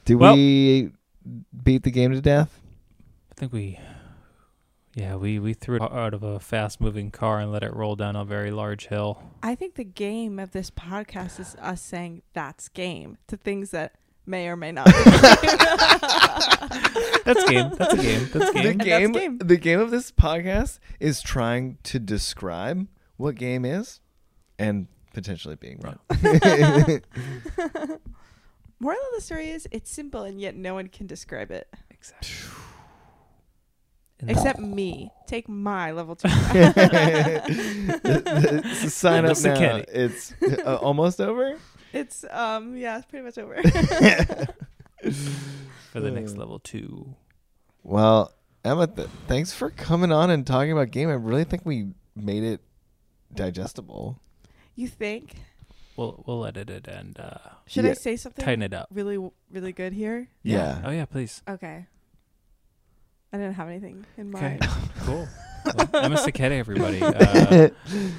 Speaker 3: Did
Speaker 2: Well-
Speaker 3: we beat the game to death?
Speaker 2: I think we yeah, we we threw it out of a fast-moving car and let it roll down a very large hill.
Speaker 1: I think the game of this podcast is us saying that's game to things that may or may not. Be
Speaker 2: That's game. That's a game. That's
Speaker 3: The
Speaker 2: game.
Speaker 1: that's
Speaker 3: game,
Speaker 1: game.
Speaker 3: the game of this podcast is trying to describe what game is, and potentially being wrong.
Speaker 1: Moral of the story is it's simple and yet no one can describe it
Speaker 2: Exactly.
Speaker 1: except me. Take my level two.
Speaker 3: Sign up
Speaker 2: Mr.
Speaker 3: now.
Speaker 2: Kenny.
Speaker 3: It's uh, almost over.
Speaker 1: It's um yeah, it's pretty much over.
Speaker 2: for the next level two.
Speaker 3: Well, Emma, th- thanks for coming on and talking about game. I really think we made it digestible.
Speaker 1: you think?
Speaker 2: We'll we'll edit it and uh,
Speaker 1: Should I
Speaker 3: Yeah.
Speaker 1: say something
Speaker 2: tighten it up.
Speaker 1: really really good here?
Speaker 3: Yeah.
Speaker 2: Oh yeah, please.
Speaker 1: Okay. I didn't have anything in
Speaker 2: Okay.
Speaker 1: mind.
Speaker 2: Cool. Well, Emma Saketa, everybody, uh,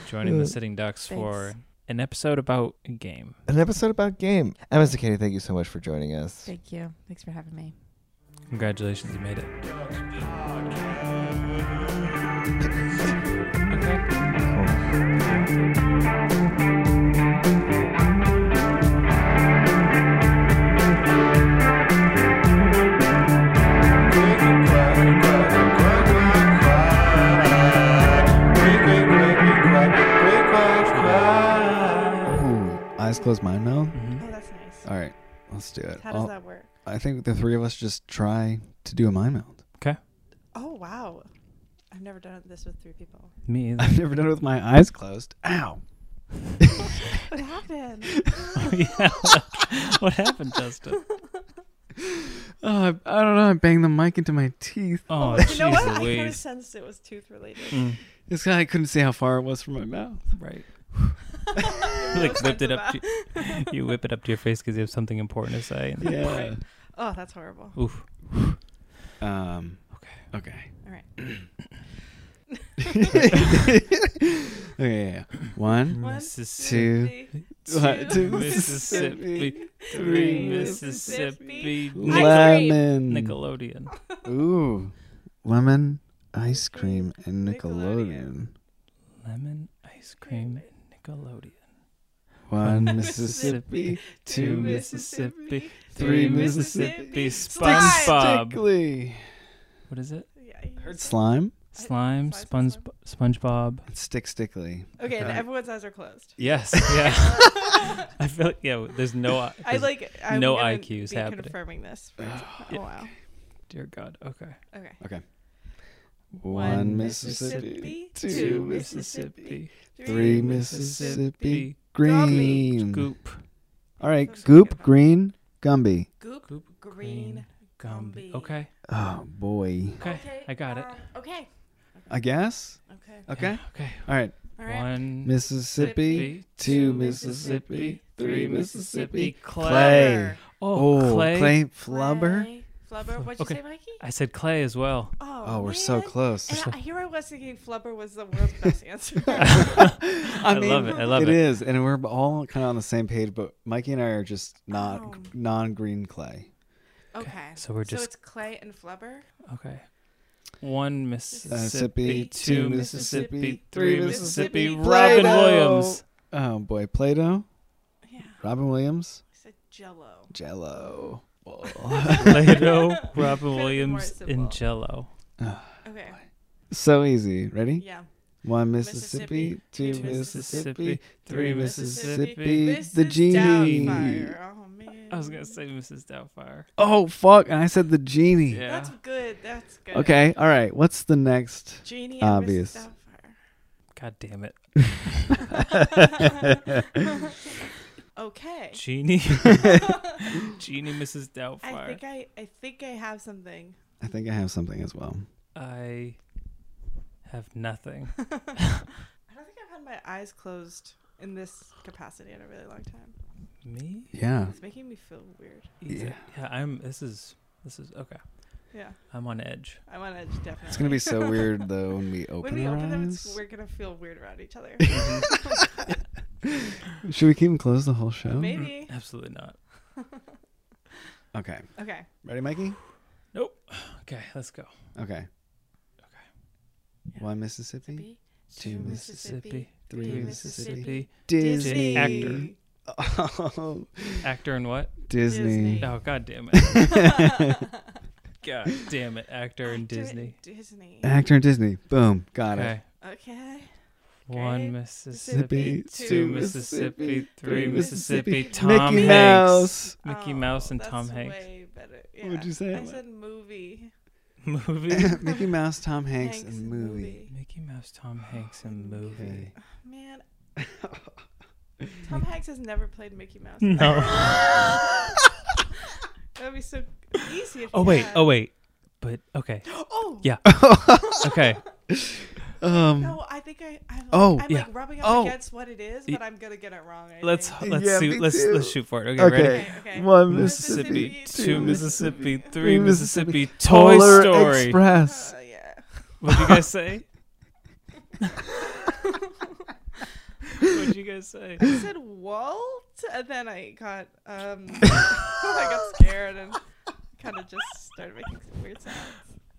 Speaker 2: joining the Sitting Ducks for an episode about a game.
Speaker 3: An episode about game. Emma Katie, thank you so much for joining us.
Speaker 1: Thank you. Thanks for having me.
Speaker 2: Congratulations, you made it. Okay.
Speaker 4: Ooh, eyes closed, mind meld.
Speaker 2: Hmm?
Speaker 1: Oh, that's nice.
Speaker 4: All right, let's do it.
Speaker 1: How
Speaker 2: Oh.
Speaker 1: does
Speaker 4: I'll-
Speaker 1: that work?
Speaker 4: I think the three of us just try to do a mind meld.
Speaker 1: Oh wow. I've never done this with three people.
Speaker 2: Me either.
Speaker 4: I've never done it with my eyes closed. Ow.
Speaker 1: What happened?
Speaker 2: Oh, yeah. what happened, Justin?
Speaker 4: Oh, I, I don't know. I banged the mic into my teeth.
Speaker 2: Oh,
Speaker 1: you know what?
Speaker 2: jeez
Speaker 1: I kind of
Speaker 2: Louise.
Speaker 1: sensed it was tooth related.
Speaker 2: Mm,
Speaker 4: This guy I couldn't see how far it was from my mouth.
Speaker 2: right. like whipped it up. To, you whip it up to your face because you have something important to say. and-
Speaker 4: Yeah.
Speaker 1: Oh, that's horrible.
Speaker 2: Oof.
Speaker 4: Um.
Speaker 2: Okay.
Speaker 4: Okay.
Speaker 1: All right.
Speaker 4: Okay. Yeah, yeah. One,
Speaker 2: Hmm.
Speaker 1: One,
Speaker 4: Mississippi.
Speaker 1: two,
Speaker 4: two,
Speaker 1: two,
Speaker 2: Mississippi,
Speaker 4: three,
Speaker 2: three
Speaker 1: Mississippi.
Speaker 2: Mississippi,
Speaker 1: cream.
Speaker 4: lemon.
Speaker 2: Nickelodeon.
Speaker 4: Ooh, lemon ice cream and
Speaker 1: Nickelodeon.
Speaker 4: Nickelodeon.
Speaker 2: Lemon ice cream and Nickelodeon.
Speaker 4: One Mississippi,
Speaker 2: Two
Speaker 4: two
Speaker 2: Mississippi,
Speaker 4: three
Speaker 2: three
Speaker 4: Mississippi,
Speaker 2: Mississippi,
Speaker 1: Slide.
Speaker 2: SpongeBob.
Speaker 4: Stickly.
Speaker 2: What is it?
Speaker 1: Yeah, you
Speaker 4: Heard
Speaker 1: said-
Speaker 4: slime.
Speaker 2: Slime,
Speaker 1: slice
Speaker 2: sponge, SpongeBob.
Speaker 4: Stick Stickly.
Speaker 1: Okay, and
Speaker 2: Okay.
Speaker 1: everyone's eyes are closed.
Speaker 2: Yes. Yeah. I feel like yeah. There's no.
Speaker 1: I like. I'm
Speaker 2: no
Speaker 1: gonna
Speaker 2: IQs
Speaker 1: be
Speaker 2: happening.
Speaker 1: Confirming this. For oh,
Speaker 2: Yeah.
Speaker 1: wow.
Speaker 2: Dear God. Okay.
Speaker 1: Okay.
Speaker 4: One Mississippi, two
Speaker 1: two
Speaker 2: Mississippi.
Speaker 4: three
Speaker 2: Mississippi.
Speaker 4: Mississippi, green.
Speaker 2: Goop.
Speaker 4: All right, Goop Green Gumby.
Speaker 1: Goop.
Speaker 2: Goop.
Speaker 1: Green.
Speaker 2: Gumby.
Speaker 1: Gumby.
Speaker 2: Okay.
Speaker 4: Oh boy.
Speaker 2: Okay. I got it.
Speaker 1: um, Okay.
Speaker 4: I guess.
Speaker 1: Okay.
Speaker 4: Okay.
Speaker 2: Okay.
Speaker 4: All right.
Speaker 1: All right.
Speaker 2: One.
Speaker 4: Mississippi,
Speaker 2: Mississippi,
Speaker 4: two Mississippi, three Mississippi.
Speaker 2: Clay.
Speaker 4: Clay.
Speaker 2: Oh, Clay.
Speaker 4: Clay Flubber.
Speaker 1: Clay. Flubber. What'd you
Speaker 2: Okay.
Speaker 1: say, Mikey?
Speaker 2: I said Clay as well.
Speaker 1: Oh,
Speaker 4: Oh, we're so
Speaker 1: man.
Speaker 4: close.
Speaker 1: And I, here I was thinking Flubber was the world's best answer.
Speaker 2: I, love it. I love it.
Speaker 4: It is, and we're all kind of on the same page, but Mikey and I are just not
Speaker 1: Oh.
Speaker 4: non-green clay.
Speaker 1: Okay.
Speaker 2: so we're just-
Speaker 1: So it's Clay and Flubber.
Speaker 2: Okay. One
Speaker 4: Mississippi,
Speaker 2: Mississippi, two
Speaker 4: two
Speaker 2: Mississippi,
Speaker 4: Mississippi,
Speaker 2: three
Speaker 4: three
Speaker 2: Mississippi.
Speaker 1: Mississippi.
Speaker 2: Robin
Speaker 4: Play-Doh.
Speaker 2: Williams.
Speaker 4: Oh boy, Play-Doh,
Speaker 1: Yeah.
Speaker 4: Robin Williams,
Speaker 1: I said Jello.
Speaker 4: Jello. simple.
Speaker 2: Plato, Robin
Speaker 1: more
Speaker 2: Williams,
Speaker 1: simple.
Speaker 2: and Jello.
Speaker 1: Okay.
Speaker 4: so easy. Ready?
Speaker 1: Yeah.
Speaker 4: One Mississippi,
Speaker 1: Mississippi,
Speaker 4: two
Speaker 1: two
Speaker 4: Mississippi, three
Speaker 2: three
Speaker 4: Mississippi,
Speaker 1: This
Speaker 4: the
Speaker 1: is
Speaker 4: genie.
Speaker 1: Doubtfire. Oh man.
Speaker 2: I was gonna say Mrs. Doubtfire.
Speaker 4: Oh fuck! And I said the genie.
Speaker 2: Yeah.
Speaker 1: That's good. That's good.
Speaker 4: Okay. All right. What's the next?
Speaker 1: Genie
Speaker 4: Obvious.
Speaker 1: Obvious. and Mrs. Doubtfire.
Speaker 2: God damn it,
Speaker 1: Okay.
Speaker 2: Genie, Genie, Mrs.
Speaker 1: I
Speaker 2: Doubtfire.
Speaker 1: think I I think I have something.
Speaker 4: I think I have something as well.
Speaker 2: I have nothing.
Speaker 1: I don't think I've had my eyes closed in this capacity in a really long time.
Speaker 2: Me?
Speaker 4: Yeah.
Speaker 1: It's making me feel weird.
Speaker 2: Either.
Speaker 4: Yeah.
Speaker 2: Yeah. I'm. This is. This is okay.
Speaker 1: Yeah.
Speaker 2: I'm on edge.
Speaker 1: I want to definitely.
Speaker 4: It's gonna be so weird though when we open.
Speaker 1: when we
Speaker 4: our
Speaker 1: open them, it's,
Speaker 4: eyes.
Speaker 1: we're gonna feel weird around each other.
Speaker 4: Should we keep them closed the whole show?
Speaker 1: Maybe.
Speaker 2: Absolutely not.
Speaker 4: Okay.
Speaker 1: Okay.
Speaker 4: Ready, Mikey?
Speaker 2: Okay, let's go.
Speaker 4: Okay. Okay. One Mississippi,
Speaker 1: B,
Speaker 4: Two
Speaker 2: Mississippi,
Speaker 4: three
Speaker 1: three
Speaker 4: Mississippi,
Speaker 2: Mississippi.
Speaker 4: Disney.
Speaker 2: Actor.
Speaker 4: Oh,
Speaker 2: Actor and what?
Speaker 4: Disney.
Speaker 1: Disney.
Speaker 2: Oh god damn it. god damn it. Actor and
Speaker 1: Actor
Speaker 2: Disney.
Speaker 1: Disney.
Speaker 4: Actor and Disney. Boom. Got it.
Speaker 2: Okay.
Speaker 1: Okay. Great.
Speaker 2: One Mississippi,
Speaker 4: Mississippi,
Speaker 2: two Mississippi, three Mississippi, Tom
Speaker 4: Mickey
Speaker 2: Hanks.
Speaker 4: Mouse.
Speaker 2: Mickey
Speaker 1: Oh,
Speaker 2: Mouse and
Speaker 1: that's
Speaker 2: Tom Hanks.
Speaker 1: Way better. Yeah.
Speaker 4: What'd you say?
Speaker 1: I said movie.
Speaker 2: Movie.
Speaker 4: Mickey Mouse, Tom Hanks,
Speaker 1: Hanks
Speaker 4: and movie.
Speaker 2: Mickey Mouse, Tom Hanks, and movie.
Speaker 4: Okay.
Speaker 1: Man, Tom Hanks has never played Mickey Mouse.
Speaker 2: No.
Speaker 1: That would be so easy. If
Speaker 2: Oh
Speaker 1: he
Speaker 2: wait,
Speaker 1: had.
Speaker 2: oh wait. But okay.
Speaker 1: Oh.
Speaker 2: Yeah. Okay.
Speaker 4: Um,
Speaker 1: No, I think I. I'm,
Speaker 4: Oh,
Speaker 1: oh. I'm
Speaker 2: yeah.
Speaker 1: like rubbing up
Speaker 4: Oh.
Speaker 1: against what it is, but I'm gonna get it wrong. I
Speaker 2: Let's
Speaker 1: think.
Speaker 2: let's
Speaker 4: Yeah, me
Speaker 2: see let's
Speaker 4: too.
Speaker 2: let's shoot for it. Okay,
Speaker 4: Okay.
Speaker 2: ready?
Speaker 1: Okay, okay.
Speaker 4: One
Speaker 1: Mississippi,
Speaker 4: Mississippi,
Speaker 2: Two Mississippi, three
Speaker 4: three
Speaker 2: Mississippi,
Speaker 4: Mississippi,
Speaker 2: Toy
Speaker 4: Polar
Speaker 2: Story.
Speaker 4: Express.
Speaker 1: Uh, yeah.
Speaker 2: What'd you guys say?
Speaker 1: Oh,
Speaker 2: What'd you guys say?
Speaker 1: I said Walt, and then I got um, I got scared and kind of just started making some weird sounds.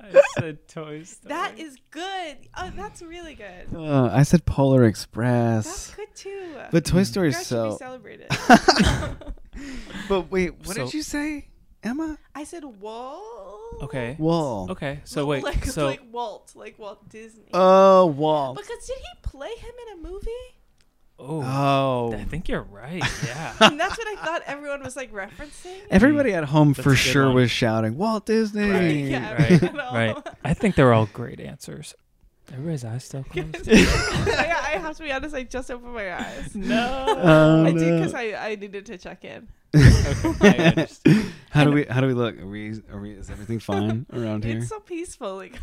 Speaker 2: I said Toy Story.
Speaker 1: That is good. Oh, that's really good.
Speaker 4: Uh, I said Polar
Speaker 1: That's
Speaker 4: Express.
Speaker 1: good too.
Speaker 4: But Toy Story
Speaker 1: you
Speaker 4: is
Speaker 1: guys should be
Speaker 4: so.
Speaker 1: celebrated.
Speaker 4: But wait, what
Speaker 2: So-
Speaker 4: did you say, Emma?
Speaker 1: I said Walt.
Speaker 2: okay.
Speaker 4: Wall.
Speaker 2: Okay. So wait.
Speaker 1: like,
Speaker 2: so
Speaker 1: like Walt, like Walt Disney.
Speaker 4: Oh, wall.
Speaker 1: because did he play him in a movie?
Speaker 2: oh,
Speaker 4: Oh.
Speaker 2: I think you're right. Yeah.
Speaker 1: And that's what I thought everyone was like referencing.
Speaker 4: Everybody at home
Speaker 2: That's
Speaker 4: for
Speaker 2: a good
Speaker 4: sure
Speaker 2: one.
Speaker 4: was shouting Walt Disney.
Speaker 2: Right.
Speaker 1: Yeah,
Speaker 2: Right,
Speaker 1: right. at all.
Speaker 2: right. I think they're all great answers. Everybody's eyes still closed.
Speaker 1: I, I have to be honest. I just opened my eyes.
Speaker 2: no.
Speaker 4: Oh,
Speaker 1: I did
Speaker 4: no.
Speaker 1: because I, I needed to check in.
Speaker 2: Okay, I understand.
Speaker 4: How do we how do we look? Are we are we is everything fine around here?
Speaker 1: It's so peaceful. Like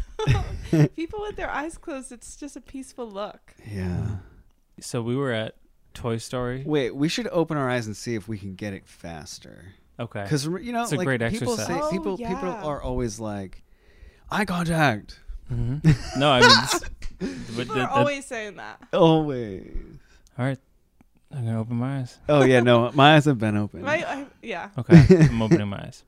Speaker 1: people with their eyes closed, it's just a peaceful look.
Speaker 4: Yeah.
Speaker 2: so we were at Toy Story.
Speaker 4: Wait, we should open our eyes and see if we can get it faster.
Speaker 2: Okay.
Speaker 4: Because you know,
Speaker 2: It's a
Speaker 4: like
Speaker 2: great
Speaker 4: people
Speaker 2: exercise.
Speaker 4: say,
Speaker 1: Oh,
Speaker 4: people people
Speaker 1: yeah.
Speaker 4: are always like, eye contact.
Speaker 2: Mhm. No, I mean,
Speaker 1: People
Speaker 2: this- but that-
Speaker 1: are
Speaker 2: that-
Speaker 1: always saying that.
Speaker 4: Always.
Speaker 2: all right. I'm gonna open my eyes.
Speaker 4: Oh yeah, no, my eyes have been open.
Speaker 1: My, I, yeah.
Speaker 4: Oh,
Speaker 2: Okay, I'm opening my eyes.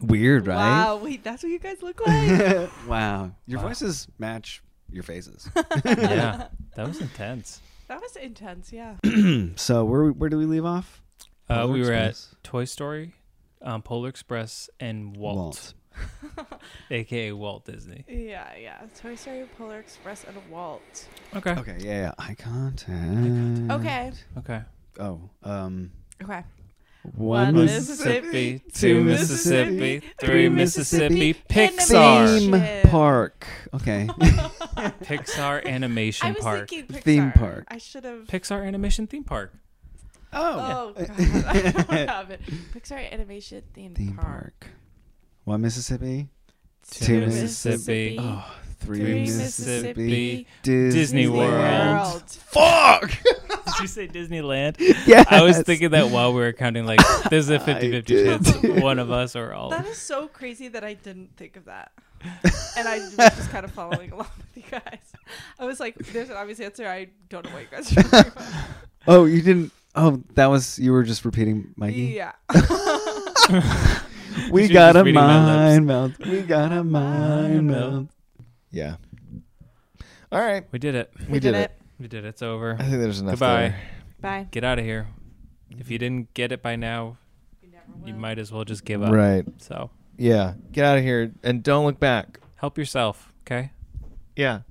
Speaker 4: Weird, right?
Speaker 1: Wow. Wait, that's what you guys look like.
Speaker 4: Wow. Your
Speaker 2: Wow.
Speaker 4: voices match your faces.
Speaker 2: Yeah, that was intense.
Speaker 1: that was intense. Yeah.
Speaker 4: so where where do we leave off?
Speaker 2: Uh,
Speaker 4: Polar
Speaker 2: we were at
Speaker 4: Express.
Speaker 2: Toy Story, um, Polar Express, and Walt,
Speaker 4: Walt.
Speaker 2: aka Walt Disney.
Speaker 1: Yeah. Yeah. Toy Story, Polar Express, and Walt.
Speaker 2: Okay.
Speaker 4: Okay, yeah, yeah. Eye contact.
Speaker 1: Okay.
Speaker 2: Okay.
Speaker 4: Oh, um,
Speaker 1: Okay. One
Speaker 4: one, was
Speaker 1: Mississippi,
Speaker 4: two Mississippi,
Speaker 1: three
Speaker 4: Mississippi,
Speaker 1: Pixar.
Speaker 4: theme
Speaker 1: Animation.
Speaker 4: park. Okay.
Speaker 2: Pixar Animation
Speaker 1: I was
Speaker 2: Park.
Speaker 1: thinking Pixar.
Speaker 4: Theme park.
Speaker 1: I should have.
Speaker 2: Pixar Animation Theme Park.
Speaker 1: oh God, I don't have it. Pixar animation theme,
Speaker 4: Theme
Speaker 1: park.
Speaker 4: park. One Mississippi,
Speaker 2: Two
Speaker 4: Two
Speaker 2: Mississippi.
Speaker 1: Mississippi.
Speaker 4: Oh, three,
Speaker 1: Three
Speaker 4: Mississippi,
Speaker 1: Mississippi,
Speaker 4: Disney,
Speaker 2: Disney World.
Speaker 4: Fuck.
Speaker 2: Did you say Disneyland?
Speaker 4: yes.
Speaker 2: I was thinking that while we were counting, like, there's a 50 50
Speaker 4: did
Speaker 2: chance one of us or all.
Speaker 1: That is so crazy that I didn't think of that. and I was just kind of following along with you guys. I was like, there's an obvious answer. I don't know what you guys are talking about.
Speaker 4: Oh, you didn't. Oh, that was you were just repeating Mikey.
Speaker 1: Yeah.
Speaker 4: We
Speaker 2: She was
Speaker 4: got
Speaker 2: just
Speaker 4: a
Speaker 2: reading my lips.
Speaker 4: mind melt. We got a mind melt.
Speaker 3: Yeah. All right.
Speaker 2: We did it.
Speaker 3: We, did, it.
Speaker 2: We did it. It's over.
Speaker 3: I think there's enough.
Speaker 2: Goodbye.
Speaker 3: there.
Speaker 1: Bye.
Speaker 2: Get out of here. If you didn't get it by now, you might as well just give up.
Speaker 3: Right.
Speaker 2: So
Speaker 3: Yeah. Get out of here and don't look back.
Speaker 2: help yourself. Okay.
Speaker 3: Yeah.